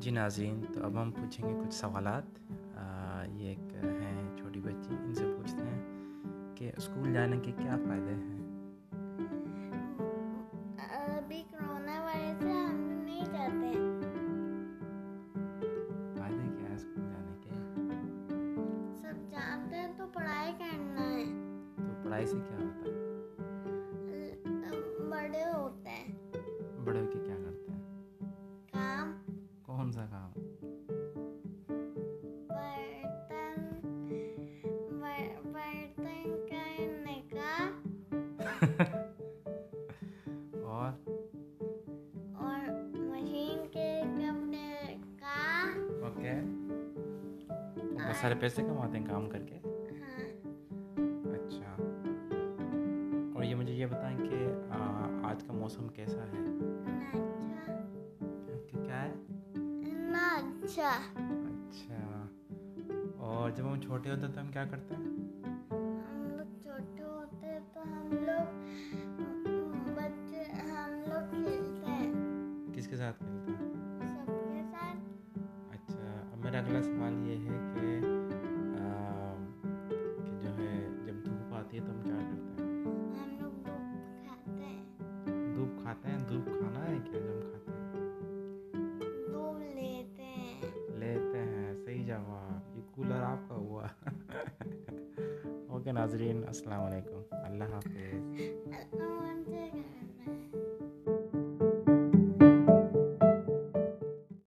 جی ناظرین تو اب ہم پوچھیں گے کچھ سوالات آ، یہ ایک ہیں چھوٹی بچی ان سے پوچھتے ہیں کہ اسکول جانے کے کیا فائدے ہیں ابھی کرونا وائرس ہے ہم نہیں جاتے ہیں فائدے کیا ہیں اسکول جانے کے سب جانتے ہیں تو پڑھائی کرنا ہے تو پڑھائی سے کیا ہوتا ہے ال- بڑے ہوتے ہیں بڑے ہو کے کیا کرتے ہیں کام کون سا کام برتن بر- برتن کرنے کا اور اور مشین کے کپڑے کا اوکے بہت سارے پیسے کماتے ہیں کام کر کے ہاں اچھا اور یہ مجھے یہ بتائیں کہ آ، آج کا موسم کیسا ہے نہ اچھا کہ کیا ہے نہ اچھا اچھا اور جب ہم چھوٹے ہوتے ہیں تو ہم کیا کرتے ہیں ہم لوگ چھوٹے ہوتے ہیں تو ہم لوگ بچے ہم لوگ کھیلتے ہیں کس کے ساتھ کھیلتے ہیں سب کے ساتھ اچھا اب میرا اگلا سوال یہ ہے کہ آ، کہ جو ہے جب دھوپ آتی ہے تو ہم کیا کرتے ہیں ہم لوگ دودھ کھاتے ہیں دھوپ کھاتے ہیں دھوپ کھانا ہے کیا جو ہم کھاتے ہیں دودھ لیتے ہیں لیتے ہیں صحیح جواب یہ کولر آپ کا ہوا اوکے ناظرین السلام علیکم اللہ حافظ اللہ